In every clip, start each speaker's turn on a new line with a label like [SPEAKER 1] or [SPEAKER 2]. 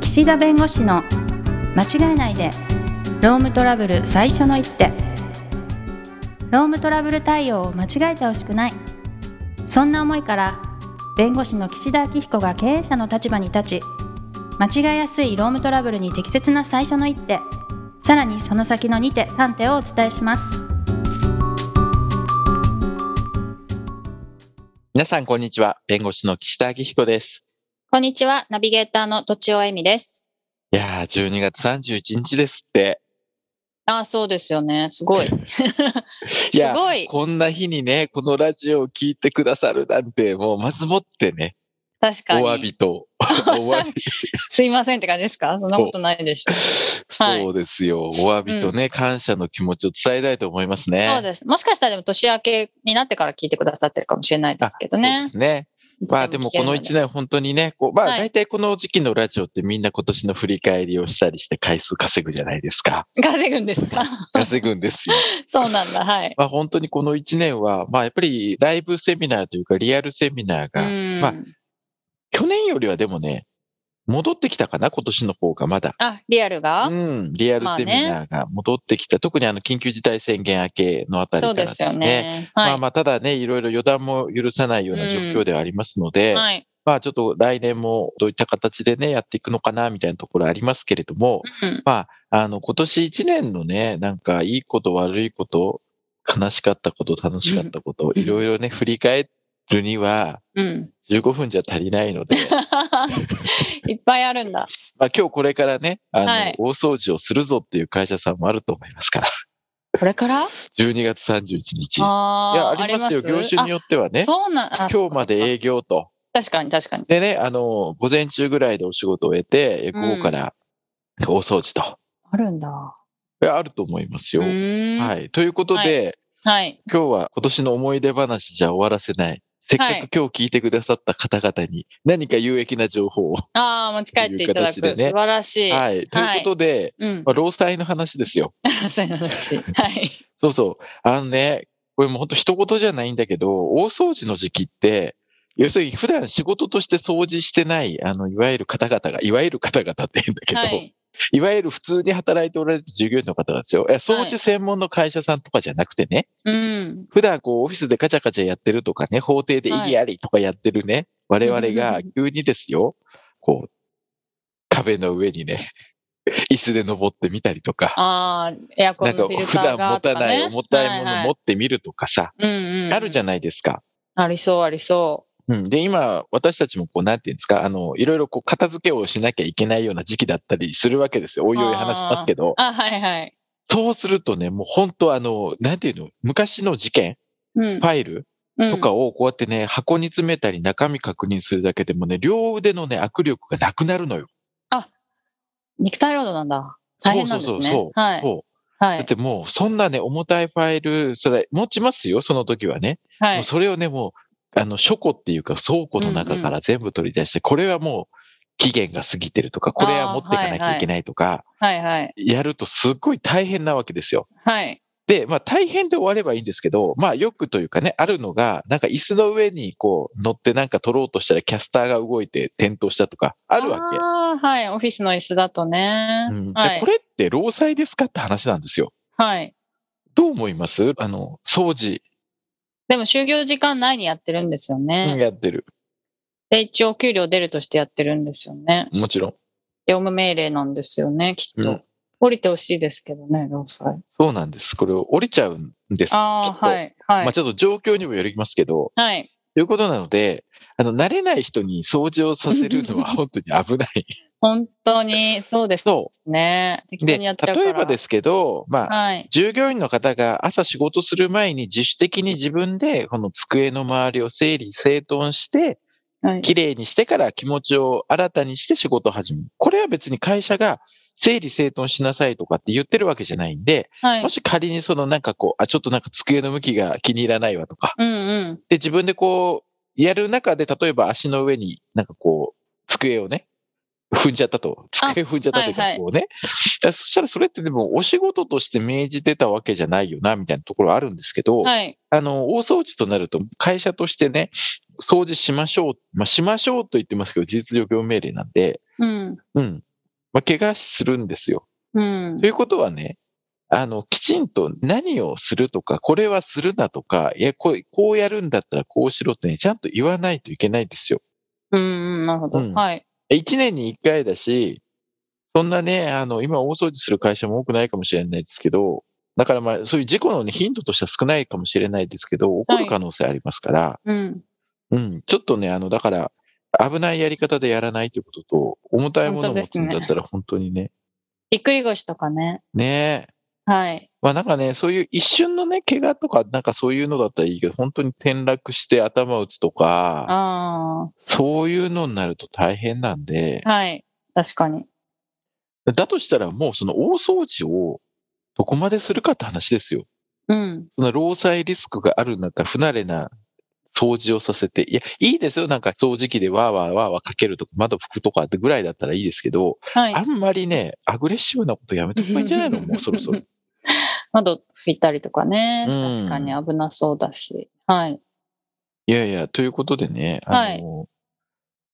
[SPEAKER 1] 岸田弁護士の間違えないでロームトラブル最初の一手ロームトラブル対応を間違えてほしくないそんな思いから弁護士の岸田明彦が経営者の立場に立ち間違えやすいロームトラブルに適切な最初の一手さらにその先の2手3手をお伝えします
[SPEAKER 2] 皆さん、こんにちは。弁護士の岸田明彦です。
[SPEAKER 1] こんにちはナビゲーターの土地尾恵美です
[SPEAKER 2] いやー、12月31日ですって。
[SPEAKER 1] ああそうですよねす ごい
[SPEAKER 2] い
[SPEAKER 1] す
[SPEAKER 2] や
[SPEAKER 1] ごい
[SPEAKER 2] こんな日にね、このラジオを聞いてくださるなんて、もう、まずもってね、
[SPEAKER 1] 確
[SPEAKER 2] お
[SPEAKER 1] か
[SPEAKER 2] 詫
[SPEAKER 1] に
[SPEAKER 2] び と、お詫び。
[SPEAKER 1] すいませんって感じですかそんなことないでしょはい
[SPEAKER 2] そうですよ。お詫びとね、感謝の気持ちを伝えたいと思いますね。
[SPEAKER 1] そうです。もしかしたらでも年明けになってから聞いてくださってるかもしれないですけど
[SPEAKER 2] そうで
[SPEAKER 1] ね。
[SPEAKER 2] すね。まあでもこの
[SPEAKER 1] 一
[SPEAKER 2] 1年本当にね、こうまあ
[SPEAKER 1] はい
[SPEAKER 2] 大体この時期のラジオってみんな今年の振り返りをしたりして回数稼ぐじゃないです か。
[SPEAKER 1] 稼ぐんですか
[SPEAKER 2] 稼ぐんですよ。
[SPEAKER 1] そうなんだ。はい。
[SPEAKER 2] まあ本当にこの1年は、まあやっぱりライブセミナーというかリアルセミナー
[SPEAKER 1] う
[SPEAKER 2] が、
[SPEAKER 1] ん。
[SPEAKER 2] ま去年よりはでもね、戻ってきたかな、今年の方がまだ。
[SPEAKER 1] あ、リアルが、
[SPEAKER 2] うん、リアルセミナーが戻ってきた。特にあの緊急事態宣言明けのあたりか
[SPEAKER 1] そう
[SPEAKER 2] らで
[SPEAKER 1] ですす
[SPEAKER 2] ね。
[SPEAKER 1] よね。
[SPEAKER 2] ま
[SPEAKER 1] は
[SPEAKER 2] あ
[SPEAKER 1] い。
[SPEAKER 2] まあ、ただね、いろいろ予断も許さないような状況ではありますので、
[SPEAKER 1] はい。
[SPEAKER 2] まあちょっと来年もどういった形でね、やっていくのかな、みたいなところありますけれども、
[SPEAKER 1] うん。
[SPEAKER 2] まあ、あの、今年一年のね、なんかいいこと悪いこと、悲しかったこと、楽しかったこと、
[SPEAKER 1] うん
[SPEAKER 2] いろいろね、振り返るには
[SPEAKER 1] うん。
[SPEAKER 2] 15分じゃ足りないので、
[SPEAKER 1] いっぱいあるんだ。
[SPEAKER 2] まあ今日これからね、あの、
[SPEAKER 1] はい
[SPEAKER 2] 大掃除をするぞっていう会社さんもあると思いますから、
[SPEAKER 1] これからあ
[SPEAKER 2] 12月31日。い
[SPEAKER 1] あー
[SPEAKER 2] や、ありますよ。業種によっては
[SPEAKER 1] あ
[SPEAKER 2] ね、
[SPEAKER 1] そうなん
[SPEAKER 2] 今
[SPEAKER 1] あ
[SPEAKER 2] 日まで
[SPEAKER 1] そっかそっ
[SPEAKER 2] 営業と。
[SPEAKER 1] か確かに確かに。
[SPEAKER 2] でね、あの、午前中ぐらいでお仕事を終えて、
[SPEAKER 1] うん
[SPEAKER 2] 午後から大掃除と。
[SPEAKER 1] あるんだ。
[SPEAKER 2] いやあると思いますよ。
[SPEAKER 1] は。
[SPEAKER 2] はいい。ということ
[SPEAKER 1] は
[SPEAKER 2] で、
[SPEAKER 1] はい。
[SPEAKER 2] 今日は今年の思い出話じゃ終わらせない。せっかく
[SPEAKER 1] はい
[SPEAKER 2] 今日聞いてくださった方々に何か有益な情報を。
[SPEAKER 1] ああ、持ち帰っていただく。
[SPEAKER 2] という形でね
[SPEAKER 1] 素晴らしい。
[SPEAKER 2] はい。ということで、
[SPEAKER 1] うん
[SPEAKER 2] ま。あ、労災の話ですよ。
[SPEAKER 1] そういう話。はい。
[SPEAKER 2] そうそう。あのね、これもう本当一言じゃないんだけど、大掃除の時期って、要するに普段仕事として掃除してない、あの、いわゆる方々が、いわゆる方々って言うんだけど、、
[SPEAKER 1] はいい。
[SPEAKER 2] わゆる普通に働いておられる従業員の方なんですよ。いや掃除専門の会社さんとかじゃなくてね、
[SPEAKER 1] うん。
[SPEAKER 2] 普段こうオフィスでガチャガチャやってるとかね、法廷で異議ありとかやってるね、
[SPEAKER 1] うんう
[SPEAKER 2] 我
[SPEAKER 1] んうん
[SPEAKER 2] 々が急にですよ、こう、壁の上にね、 椅子で登ってみたりとか、
[SPEAKER 1] ああ、エアコ
[SPEAKER 2] なん
[SPEAKER 1] ン
[SPEAKER 2] か
[SPEAKER 1] のフィル
[SPEAKER 2] 普
[SPEAKER 1] ター
[SPEAKER 2] 段
[SPEAKER 1] が
[SPEAKER 2] 持
[SPEAKER 1] と
[SPEAKER 2] た
[SPEAKER 1] か、
[SPEAKER 2] な
[SPEAKER 1] ね。
[SPEAKER 2] い重たいもの
[SPEAKER 1] は
[SPEAKER 2] 持
[SPEAKER 1] は
[SPEAKER 2] ってみるとかさ、
[SPEAKER 1] うんうん、
[SPEAKER 2] あるじゃ
[SPEAKER 1] ん。
[SPEAKER 2] ないですか。
[SPEAKER 1] ありそうありそ
[SPEAKER 2] うん、で、今、私たちもこう、なんていうんですか、あの、いろいろこう、片付けをしなきゃいけないような時期だったりするわけですよ。おいおい話しますけど
[SPEAKER 1] う。、あ、はいはい。
[SPEAKER 2] そうするとね、もう本当あの、なんていうの、昔の事件、
[SPEAKER 1] うん
[SPEAKER 2] フ。ァイル、
[SPEAKER 1] うん
[SPEAKER 2] とかをこうやってね、箱に詰めたり中身確認するだけでもね、両腕のね、握力がなくなるのよ。
[SPEAKER 1] 肉体労働なんだ。大変なんですね。
[SPEAKER 2] そうそうそう
[SPEAKER 1] はい。
[SPEAKER 2] そ
[SPEAKER 1] は
[SPEAKER 2] う。だっ
[SPEAKER 1] い。
[SPEAKER 2] てもう、そんなね、重たいファイル、それ、持ちますよ、その時はね。
[SPEAKER 1] は
[SPEAKER 2] も。
[SPEAKER 1] いう
[SPEAKER 2] それをね、もう、あの、書庫っていうか倉庫の中から全部取り出して、これはもう、期限が過ぎてるとか、これは持っていかなきゃいけないとか、
[SPEAKER 1] はいはい。
[SPEAKER 2] やるとすっごい大変なわけですよ。
[SPEAKER 1] はい。
[SPEAKER 2] で、まあ大変で終わればいいんですけど、まあよくというかね、あるのが、なんか椅子の上にこう乗ってなんか取ろうとしたらキャスターが動いて転倒したとか、あ
[SPEAKER 1] あ
[SPEAKER 2] るわけ。
[SPEAKER 1] あーはい。オフィスの椅子だとね。
[SPEAKER 2] うん、じゃ
[SPEAKER 1] は
[SPEAKER 2] あ
[SPEAKER 1] い
[SPEAKER 2] こ。れって労災ですかって話なんですよ。
[SPEAKER 1] はい。
[SPEAKER 2] どう思いますあの、掃除
[SPEAKER 1] でも、就業時間内にやってるんですよね。
[SPEAKER 2] やってる。
[SPEAKER 1] で、一応、給料出るとしてやってるんですよね。
[SPEAKER 2] もちろん。
[SPEAKER 1] 業務命令なんですよね、きっ
[SPEAKER 2] う
[SPEAKER 1] と。
[SPEAKER 2] ん
[SPEAKER 1] 降りてほしいですけどね、労災。
[SPEAKER 2] そうなんです。これを降りちゃうんです。
[SPEAKER 1] あ
[SPEAKER 2] きっ
[SPEAKER 1] あ、
[SPEAKER 2] と
[SPEAKER 1] はい。はい。
[SPEAKER 2] まあちょっと状況にもよりますけど、
[SPEAKER 1] はい。
[SPEAKER 2] ということなので、あの、慣れない人に掃除をさせる のは本当に危ない。
[SPEAKER 1] 本当に、そうです
[SPEAKER 2] そ
[SPEAKER 1] ね。
[SPEAKER 2] う。
[SPEAKER 1] 適当
[SPEAKER 2] で、
[SPEAKER 1] に
[SPEAKER 2] 例
[SPEAKER 1] やっちゃうから。
[SPEAKER 2] えばですけど、まあ、
[SPEAKER 1] はい。
[SPEAKER 2] 従業員の方が朝仕事する前に自主的に自分でこの机の周りを整理整頓して、
[SPEAKER 1] はい。
[SPEAKER 2] きれいにしてから気持ちを新たにして仕事を始める。これは別に会社が整理整頓しなさいとかって言ってるわけじゃないんで、
[SPEAKER 1] はい
[SPEAKER 2] も。し仮にそのなんかこう、あ、ちょっとなんか机の向きが気に入らないわとか、
[SPEAKER 1] うんうん。
[SPEAKER 2] で自分でこう、やる中で例えば足の上になんかこう、机をね、踏んじゃったと。机踏んじゃったというか
[SPEAKER 1] はいはい
[SPEAKER 2] こうね。だからそしたらそれってでもお仕事として命じてたわけじゃないよな、みたいなところはあるんですけど、
[SPEAKER 1] はい。
[SPEAKER 2] あの、大掃除となると、会社としてね、掃除しましょう。まあ、しましょうと言ってますけど、事実上業務命令なんで、
[SPEAKER 1] うん。
[SPEAKER 2] うん。まあ、怪我するんですよ。
[SPEAKER 1] うん
[SPEAKER 2] ということはね、あの、きちんと何をするとか、これはするなとか、いや、こう、こうやるんだったらこうしろってね、ちゃんと言わないといけないんですよ。
[SPEAKER 1] うん、なるほど。
[SPEAKER 2] うん
[SPEAKER 1] はい。
[SPEAKER 2] 一年に一回だし、そんなね、あの、今大掃除する会社も多くないかもしれないですけど、だからまあ、そういう事故の、ね、頻度としては少ないかもしれないですけど、起こる可能性ありますから、
[SPEAKER 1] うん。
[SPEAKER 2] うん、ちょっとね、あの、だから、危ないやり方でやらないということと、重たいものを持つんだったら本当にね、
[SPEAKER 1] びっくり腰とかね。
[SPEAKER 2] ねえ。
[SPEAKER 1] はい。
[SPEAKER 2] まあなんかね、そういう一瞬のね、怪我とか、なんかそういうのだったらいいけど、本当に転落して頭打つとか、
[SPEAKER 1] あ
[SPEAKER 2] そういうのになると大変なんで
[SPEAKER 1] あ、、はい。確かに。
[SPEAKER 2] だとしたらもうその大掃除をどこまでするかって話ですよ。
[SPEAKER 1] うん。
[SPEAKER 2] その労災リスクがある中、不慣れな掃除をさせて、いや、いいですよ。なんか掃除機でわーわーわーわーかけるとか、窓拭くとかぐらいだったらいいですけど、
[SPEAKER 1] はい
[SPEAKER 2] あ。んまりね、アグレッシブなことやめた方がいいんじゃ ないのもうそろそろ。。
[SPEAKER 1] 窓拭いたりとかね。
[SPEAKER 2] うん
[SPEAKER 1] 確かに危なそうだし。はい。
[SPEAKER 2] いやいや、ということでね、
[SPEAKER 1] は
[SPEAKER 2] あ
[SPEAKER 1] い
[SPEAKER 2] の、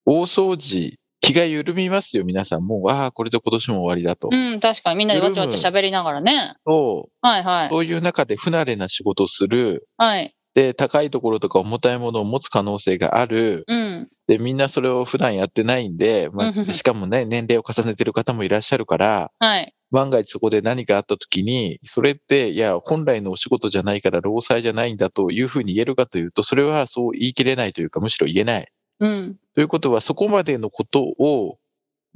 [SPEAKER 2] 大掃除、気が緩みますよ、皆さん。もう、ああ、これで今年も終わりだと。
[SPEAKER 1] うん、確かにみんなでわちゃわちゃ喋りながらね。
[SPEAKER 2] そ
[SPEAKER 1] はいうはい。
[SPEAKER 2] そういう中で不慣れな仕事をする。
[SPEAKER 1] はい。
[SPEAKER 2] で、高いところとか重たいものを持つ可能性がある。
[SPEAKER 1] うん。
[SPEAKER 2] で、みんなそれを普段やってないんで、ま
[SPEAKER 1] うんうんうん
[SPEAKER 2] あ、しかもね、年齢を重ねてる方もいらっしゃるから、
[SPEAKER 1] はい。
[SPEAKER 2] 万が一そこで何かあった時に、それって、いや、本来のお仕事じゃないから労災じゃないんだというふうに言えるかというと、それはそう言い切れないというか、むしろ言えない。
[SPEAKER 1] うん。
[SPEAKER 2] ということは、そこまでのことを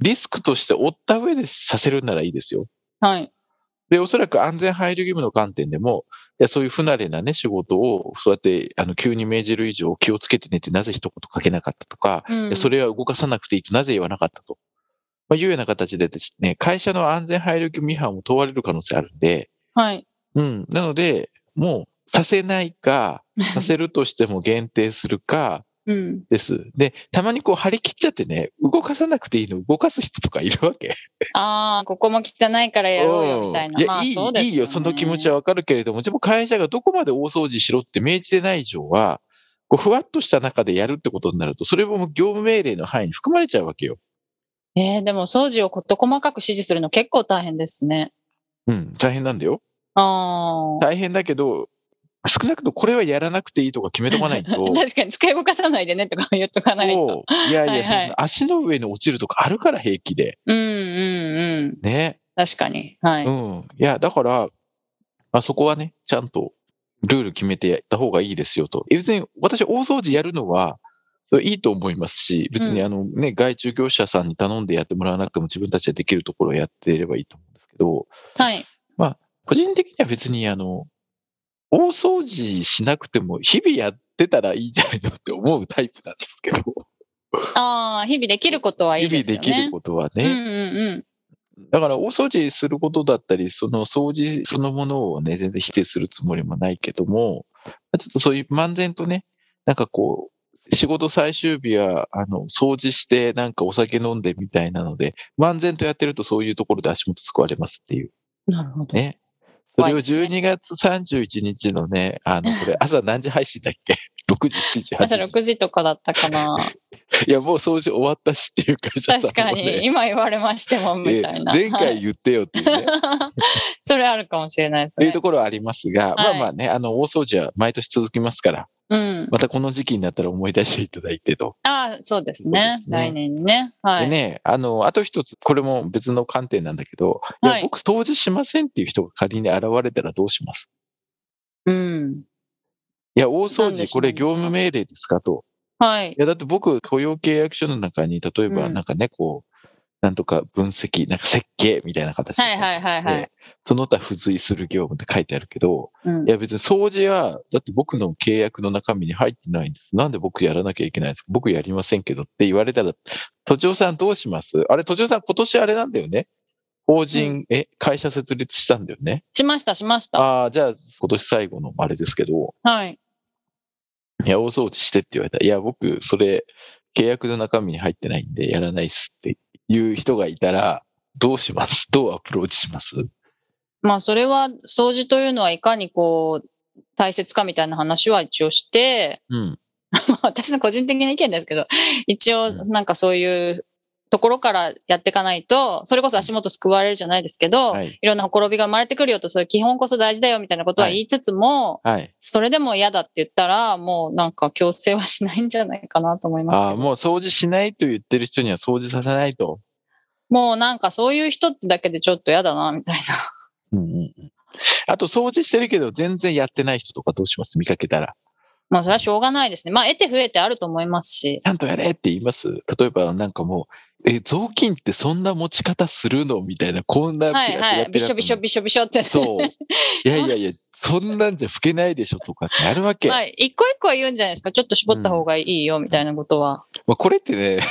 [SPEAKER 2] リスクとして負った上でさせるならいいですよ。
[SPEAKER 1] はい。
[SPEAKER 2] で、おそらく安全配慮義務の観点でも、いやそういう不慣れなね、仕事を、そうやって、あの、急に命じる以上気をつけてねってなぜ一言かけなかったとか、
[SPEAKER 1] う
[SPEAKER 2] い
[SPEAKER 1] ん。
[SPEAKER 2] やそれは動かさなくていいとなぜ言わなかったと。まあ、いうような形でですね、会社の安全配慮義務違反を問われる可能性あるんで、
[SPEAKER 1] はい。
[SPEAKER 2] うん。なので、もう、させないか、させるとしても限定するか、
[SPEAKER 1] うん。
[SPEAKER 2] です。で、たまにこう張り切っちゃってね、動かさなくていいの動かす人とかいるわけ。
[SPEAKER 1] ああ、ここも汚いから やろうよみたいな。
[SPEAKER 2] うん
[SPEAKER 1] まあ
[SPEAKER 2] いい
[SPEAKER 1] そうです
[SPEAKER 2] いいよ、その気持ち
[SPEAKER 1] は。
[SPEAKER 2] はわかるけれども、でも会社がどこまで大掃除しろって命じてない以上は、こうふわっとした中でやるってことになると、それも業務命令の範囲に含まれちゃうわけよ。
[SPEAKER 1] えー、でも掃除を事細かく指示するの結構大変ですね。
[SPEAKER 2] うん、大変なんだよ。
[SPEAKER 1] ああ。
[SPEAKER 2] 大変だけど、少なくともこれはやらなくていいとか決めとか ないと。
[SPEAKER 1] 確かに使い動かさないでねとか言っとかないと。
[SPEAKER 2] そういやい
[SPEAKER 1] は
[SPEAKER 2] や、
[SPEAKER 1] いはい
[SPEAKER 2] そんな足の上に落ちるとかあるから平気で。
[SPEAKER 1] うんうんうん。
[SPEAKER 2] ね。
[SPEAKER 1] 確かに。はい。
[SPEAKER 2] うん。いや、だから、まあ、そこはね、ちゃんとルール決めてやった方がいいですよと。え別に私、大掃除やるのは、それいいと思いますし、別に
[SPEAKER 1] うん
[SPEAKER 2] あのね、外注業者さんに頼んでやってもらわなくても自分たちでできるところをやっていればいいと思うんですけど、
[SPEAKER 1] はい。
[SPEAKER 2] 個人的には別にあの、大掃除しなくても日々やってたらいいじゃないのって思うタイプなんですけど、
[SPEAKER 1] ああ、日々できることはいいですよね。
[SPEAKER 2] 日々できることはね、
[SPEAKER 1] うんうん
[SPEAKER 2] だから大掃除することだったり、その掃除そのものをね、全然否定するつもりもないけども、ちょっとそういう漫然とね、なんかこう、仕事最終日は、あの、掃除して、なんかお酒飲んでみたいなので、漫然とやってるとそういうところで足元救われますっていう
[SPEAKER 1] うん。なるほど。
[SPEAKER 2] ね。それを
[SPEAKER 1] 怖いですね
[SPEAKER 2] 12月31日のね、あの、こ れ朝何時配信だっけ ?6 時、7時、
[SPEAKER 1] 朝
[SPEAKER 2] 8時。
[SPEAKER 1] 6時とかだったかな。
[SPEAKER 2] いや、もう掃除終わったしっていう会社さ
[SPEAKER 1] 確
[SPEAKER 2] ん
[SPEAKER 1] か
[SPEAKER 2] もね、
[SPEAKER 1] に、今言われましても、 みたいな。
[SPEAKER 2] え前
[SPEAKER 1] は
[SPEAKER 2] 回
[SPEAKER 1] い
[SPEAKER 2] 言ってよっていうね。
[SPEAKER 1] それあるかもしれないです
[SPEAKER 2] という
[SPEAKER 1] ね
[SPEAKER 2] と。ころはありますが、
[SPEAKER 1] はい
[SPEAKER 2] まあまあね、あの、大掃除は毎年続きますから、
[SPEAKER 1] うん。
[SPEAKER 2] またこの時期になったら思い出していただいてと。
[SPEAKER 1] ああ、そうです
[SPEAKER 2] そう
[SPEAKER 1] ね。
[SPEAKER 2] ですね
[SPEAKER 1] 来年にね。は
[SPEAKER 2] で
[SPEAKER 1] い。
[SPEAKER 2] ね、あの、あと一つ、これも別の観点なんだけど、い
[SPEAKER 1] は
[SPEAKER 2] や
[SPEAKER 1] い、
[SPEAKER 2] 僕掃除しませんっていう人が仮に現れたらどうします
[SPEAKER 1] うん。
[SPEAKER 2] いや、大
[SPEAKER 1] な
[SPEAKER 2] 掃
[SPEAKER 1] んでしょ
[SPEAKER 2] 除、こ
[SPEAKER 1] う
[SPEAKER 2] れ業務命令ですかと。
[SPEAKER 1] はい
[SPEAKER 2] い。や、だって僕、雇用契約書の中に、例えば
[SPEAKER 1] うん
[SPEAKER 2] なんかね、こう、なんとか分析、なんか設計みたいな形で
[SPEAKER 1] はいはいはいはい。
[SPEAKER 2] その他付随する業務って書いてあるけど、
[SPEAKER 1] うん
[SPEAKER 2] いや別に掃除は、だって僕の契約の中身に入ってないんです。なんで僕やらなきゃいけないんですか僕やりませんけどって言われたら、都庁さんどうしますあれ、都庁さん今年あれなんだよね法人、え、会社設立したんだよね
[SPEAKER 1] しましたしました。
[SPEAKER 2] ああ、じゃあ今年最後のあれですけど、
[SPEAKER 1] はい。
[SPEAKER 2] いや、大掃除してって言われたら、いや、僕、それ、契約の中身に入ってないんでやらないっすっていう人がいたら、どうしますどうアプローチします
[SPEAKER 1] まあそれは掃除というのはいかにこう大切かみたいな話は一応して、
[SPEAKER 2] うん。
[SPEAKER 1] まあ私の個人的な意見ですけど、一応なんかそういうところからやっていかないと、それこそ足元救われるじゃないですけど、、
[SPEAKER 2] はいい。
[SPEAKER 1] ろんなほころびが生まれてくるよと、そういう基本こそ大事だよみたいなことは言いつつも、
[SPEAKER 2] はい。
[SPEAKER 1] それでも嫌だって言ったら、もうなんか強制はしないんじゃないかなと思います
[SPEAKER 2] あ
[SPEAKER 1] け
[SPEAKER 2] あ、
[SPEAKER 1] ど。
[SPEAKER 2] もう掃除しないと言ってる人には掃除させないと。
[SPEAKER 1] もうなんかそういう人ってだけでちょっと嫌だな、みたいな。
[SPEAKER 2] うんうんうん。あと掃除してるけど全然やってない人とかどうします見かけたら。
[SPEAKER 1] まあそれはしょうがないですね。まあ得て増えてあると思いますし。
[SPEAKER 2] ちゃんとやれって言います例えばなんかもう、え、雑巾ってそんな持ち方するのみたいな、こんな
[SPEAKER 1] は
[SPEAKER 2] ピラピ
[SPEAKER 1] い
[SPEAKER 2] ラ
[SPEAKER 1] は
[SPEAKER 2] ピラピラ
[SPEAKER 1] い。びしょびしょびしょびしょって、ね。
[SPEAKER 2] そう。いやいやいや、そんなんじゃ吹けないでしょとかってあるわけ。
[SPEAKER 1] はい。一個一個は言うんじゃないですか。ちょっと絞った方がいいよ、みたいなことは。
[SPEAKER 2] まあ、これって ね、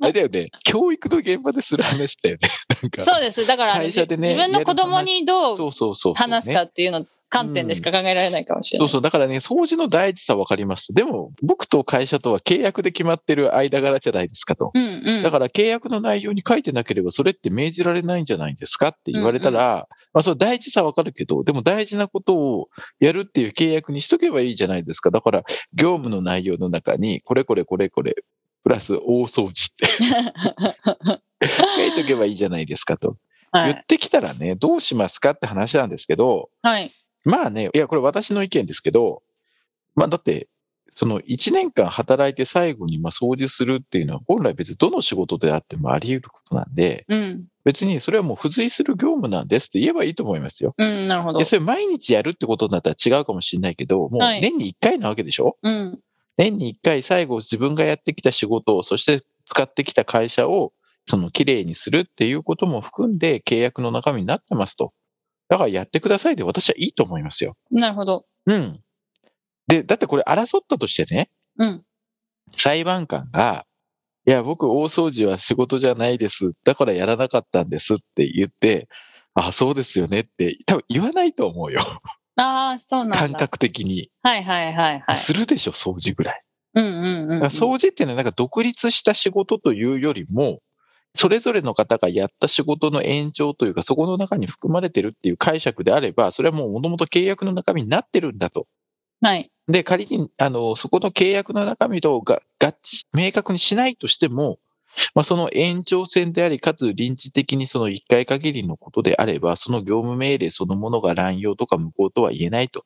[SPEAKER 2] あれだよね、教育の現場でする話だよね。 なんか、
[SPEAKER 1] そうです。だから、
[SPEAKER 2] 会社でね
[SPEAKER 1] 自分の子供にど
[SPEAKER 2] そううそうそうそう、
[SPEAKER 1] 話すかっていうの観点でしか考えられないかもしれな
[SPEAKER 2] そ。そ
[SPEAKER 1] いう
[SPEAKER 2] う、だからね、掃除の大事さ分かります。でも、僕と会社とは契約で決まってる間柄じゃないですかと。
[SPEAKER 1] うんうん。
[SPEAKER 2] だから契約の内容に書いてなければそれって命じられないんじゃないですかって言われたら、まあそれ大事さわかるけど、でも大事なことをやるっていう契約にしとけばいいじゃないですか。だから業務の内容の中にこれこれこれこれ、プラス大掃除 って書いとけばいいじゃないですかと。
[SPEAKER 1] は
[SPEAKER 2] 言
[SPEAKER 1] い。
[SPEAKER 2] ってきたらね、どうしますかって話なんですけど、
[SPEAKER 1] はい。
[SPEAKER 2] まあね、いや、これ私の意見ですけど、まあだって、その1年間働いて最後にまあ掃除するっていうのは本来別にどの仕事であってもあり得ることなんで、
[SPEAKER 1] うん。
[SPEAKER 2] 別にそれはもう付随する業務なんですって言えばいいと思いますよ。
[SPEAKER 1] うん、なるほど
[SPEAKER 2] で、。それ毎日やるってことになったら違うかもしれないけど、もう
[SPEAKER 1] はい
[SPEAKER 2] 年に1回なわけでしょ、
[SPEAKER 1] うん。
[SPEAKER 2] 年に1回最後自分がやってきた仕事を、そして使ってきた会社を、その綺麗にするっていうことも含んで契約の中身になってますと。だからやってくださいで私はいいと思いますよ。
[SPEAKER 1] なるほど。
[SPEAKER 2] うん。で、だってこれ争ったとしてね、
[SPEAKER 1] うん。
[SPEAKER 2] 裁判官が、いや、僕、大掃除は仕事じゃないです。だからやらなかったんですって言って、ああ、そうですよねって、多分言わないと思うよ。
[SPEAKER 1] ああ、そうなん
[SPEAKER 2] 感
[SPEAKER 1] だ。
[SPEAKER 2] 覚的に。
[SPEAKER 1] はいはいはいはい。
[SPEAKER 2] するでしょ、掃除ぐらい。
[SPEAKER 1] うんうんうんう
[SPEAKER 2] だ
[SPEAKER 1] ん。
[SPEAKER 2] から掃除っていうのは、なんか独立した仕事というよりも、それぞれの方がやった仕事の延長というか、そこの中に含まれてるっていう解釈であれば、それはもうもともと契約の中身になってるんだと。
[SPEAKER 1] はい。
[SPEAKER 2] で、仮に、あの、そこの契約の中身とが合致、明確にしないとしても、まあ、その延長線であり、かつ臨時的にその1回限りのことであれば、その業務命令そのものが乱用とか無効とは言えないと。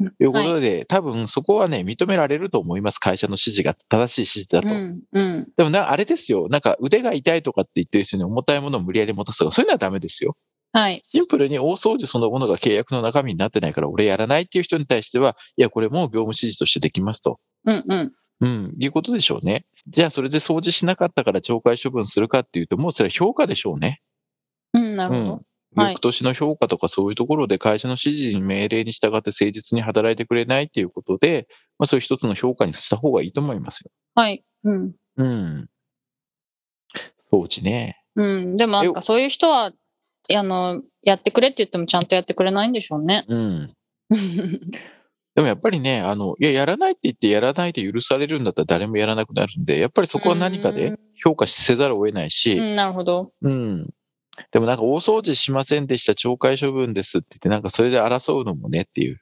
[SPEAKER 2] いうことで、多分そこはね、認められると思います。会社の指示が正しい指示だ
[SPEAKER 1] う
[SPEAKER 2] と。
[SPEAKER 1] んうん。
[SPEAKER 2] でもな、あれですよ。なんか腕が痛いとかって言ってる人に重たいものを無理やり持たすとか、そういうのはダメですよ。
[SPEAKER 1] はい。
[SPEAKER 2] シンプルに大掃除そのものが契約の中身になってないから俺やらないっていう人に対しては、いや、これもう業務指示としてできますと。
[SPEAKER 1] うんうん。
[SPEAKER 2] うん、いうことでしょうね。じゃあ、それで掃除しなかったから懲戒処分するかっていうと、もうそれは評価でしょうね。
[SPEAKER 1] うん、なる
[SPEAKER 2] う
[SPEAKER 1] ほ
[SPEAKER 2] ん
[SPEAKER 1] ど。。はい
[SPEAKER 2] 翌年の評価とかそういうところで会社の指示に命令に従って誠実に働いてくれないっていうことで、まあそういう一つの評価にした方がいいと思いますよ。
[SPEAKER 1] はい。うん。
[SPEAKER 2] うん。掃除ね。
[SPEAKER 1] うん。でもなんかそういう人は、あの、やってくれって言ってもちゃんとやってくれないんでしょうね。
[SPEAKER 2] うん。でもやっぱりね、あの、いや、やらないって言って、やらないで許されるんだったら誰もやらなくなるんで、やっぱりそこは何か
[SPEAKER 1] う
[SPEAKER 2] で
[SPEAKER 1] ん
[SPEAKER 2] 評価せざるを得ないうし、
[SPEAKER 1] ん、なるほど。
[SPEAKER 2] うん。でもなんか、大掃除しませんでした、懲戒処分ですって言って、なんかそれで争うのもねっていう。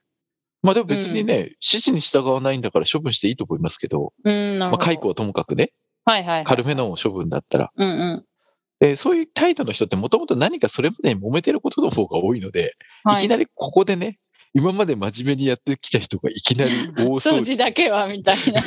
[SPEAKER 2] まあでも別にね、指示に従わないんだから処分していいと思いますけど、
[SPEAKER 1] うん、
[SPEAKER 2] ま
[SPEAKER 1] なる
[SPEAKER 2] あ
[SPEAKER 1] ほど。
[SPEAKER 2] 解雇はともかくね、
[SPEAKER 1] はいはいはい。
[SPEAKER 2] 軽めの処分だったら。
[SPEAKER 1] うんうん。
[SPEAKER 2] でそういう態度の人ってもともと何かそれまでに揉めてることの方が多いので、
[SPEAKER 1] はい
[SPEAKER 2] いきなりここでね、今まで真面目にやってきた人がいきなり大掃
[SPEAKER 1] 数
[SPEAKER 2] 除
[SPEAKER 1] 字だけはみたい な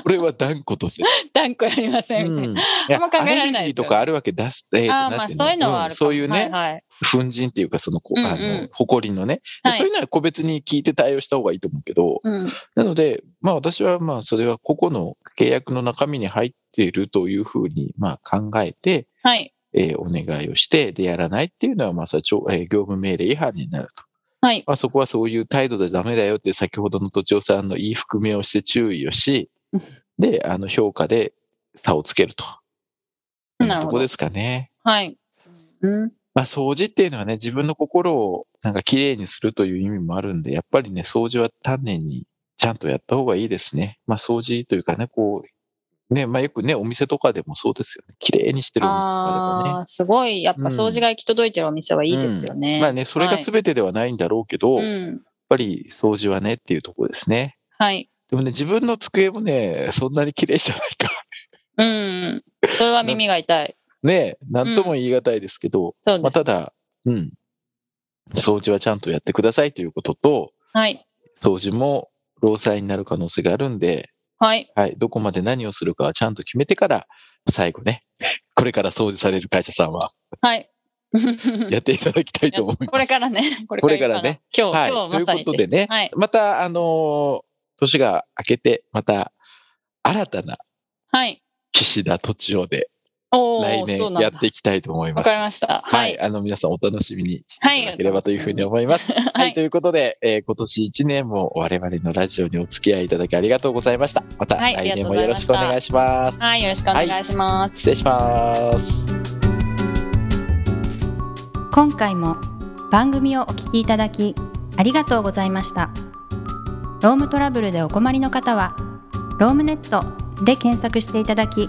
[SPEAKER 2] これは断固 として。
[SPEAKER 1] 断固やりませんみたいな、あんま考えられないですよね
[SPEAKER 2] アレルギーとかあるわけ出すえー
[SPEAKER 1] ああ
[SPEAKER 2] と
[SPEAKER 1] ま
[SPEAKER 2] なん
[SPEAKER 1] あ
[SPEAKER 2] て
[SPEAKER 1] そういうのはあ
[SPEAKER 2] ん
[SPEAKER 1] るかも
[SPEAKER 2] そういうね、
[SPEAKER 1] はいはい
[SPEAKER 2] 粉塵っていうか、その、こうあ
[SPEAKER 1] うんうん
[SPEAKER 2] の、誇りのね、で
[SPEAKER 1] はい
[SPEAKER 2] そういうのは個別に聞いて対応した方がいいと思うけど、
[SPEAKER 1] うん
[SPEAKER 2] なので、まあ私はまあそれは個々の契約の中身に入っているというふうに、まあ考えて、
[SPEAKER 1] はい
[SPEAKER 2] えーお願いをして、で、やらないっていうのは、まあ、それはちょ、えー業務命令違反になると。
[SPEAKER 1] はい
[SPEAKER 2] まあ、そこはそういう態度でダメだよって、先ほどの都庁さんの言い含めをして注意をし
[SPEAKER 1] うん、
[SPEAKER 2] で、あの、評価で差をつけると。
[SPEAKER 1] なるほど
[SPEAKER 2] とこですかね。
[SPEAKER 1] はい、うん、
[SPEAKER 2] まあ、掃除っていうのはね、自分の心をなんか綺麗にするという意味もあるんで、やっぱりね、掃除は丹念にちゃんとやった方がいいですね。まあ、掃除というかね、こう、ね、まあ、よくね、お店とかでもそうですよね。綺麗にしてるお店とかでも
[SPEAKER 1] あ
[SPEAKER 2] ね。
[SPEAKER 1] あすごいやっぱ
[SPEAKER 2] うん
[SPEAKER 1] 掃除が行き届いてるお店はいいですよね、
[SPEAKER 2] まあね、それが
[SPEAKER 1] はい
[SPEAKER 2] 全てではないんだろうけど、
[SPEAKER 1] う
[SPEAKER 2] やっ
[SPEAKER 1] ん
[SPEAKER 2] ぱり掃除はねっていうところですね。
[SPEAKER 1] はい
[SPEAKER 2] でもね、自分の机もね、そんなに綺麗じゃないから。
[SPEAKER 1] うん。それは耳が痛い。
[SPEAKER 2] ねえ、なんとも言い難いですけど、
[SPEAKER 1] そう
[SPEAKER 2] ま
[SPEAKER 1] で
[SPEAKER 2] あ、た
[SPEAKER 1] す。
[SPEAKER 2] だ、うん、掃除はちゃんとやってくださいということと、
[SPEAKER 1] はい。
[SPEAKER 2] 掃除も労災になる可能性があるんで、
[SPEAKER 1] はい。
[SPEAKER 2] はい、どこまで何をするかはちゃんと決めてから、最後ね、 これから掃除される会社さんは
[SPEAKER 1] はい。
[SPEAKER 2] や っていただきたいと思います。
[SPEAKER 1] これからね。 こ
[SPEAKER 2] これからね。
[SPEAKER 1] 今日、
[SPEAKER 2] はい
[SPEAKER 1] 今日まさに
[SPEAKER 2] ということでね
[SPEAKER 1] はい。
[SPEAKER 2] また、あのー年が明けて、また、新たな
[SPEAKER 1] はい。
[SPEAKER 2] 岸田土地をで
[SPEAKER 1] お
[SPEAKER 2] 来
[SPEAKER 1] ー、そう
[SPEAKER 2] 年
[SPEAKER 1] なんだ
[SPEAKER 2] やっ。ていきたいと思い
[SPEAKER 1] わ
[SPEAKER 2] ます。
[SPEAKER 1] かりました。
[SPEAKER 2] は、
[SPEAKER 1] はいい。
[SPEAKER 2] あの、皆さんお楽しみにしていただければというふうに思います。は、
[SPEAKER 1] はいい
[SPEAKER 2] と。いうことで、えー今年1年も我々のラジオにお付き合いいただきありがとうございました。また
[SPEAKER 1] はい
[SPEAKER 2] 来年も
[SPEAKER 1] あり
[SPEAKER 2] よ
[SPEAKER 1] がとうござい
[SPEAKER 2] ろ
[SPEAKER 1] ま
[SPEAKER 2] し
[SPEAKER 1] し
[SPEAKER 2] く
[SPEAKER 1] た
[SPEAKER 2] お願いします。
[SPEAKER 1] はい。よろしくお願いします。
[SPEAKER 2] 失礼します。
[SPEAKER 3] 今回も番組をお聞きいただきありがとうございましたロームトラブルでお困りの方はロームネットで検索していただき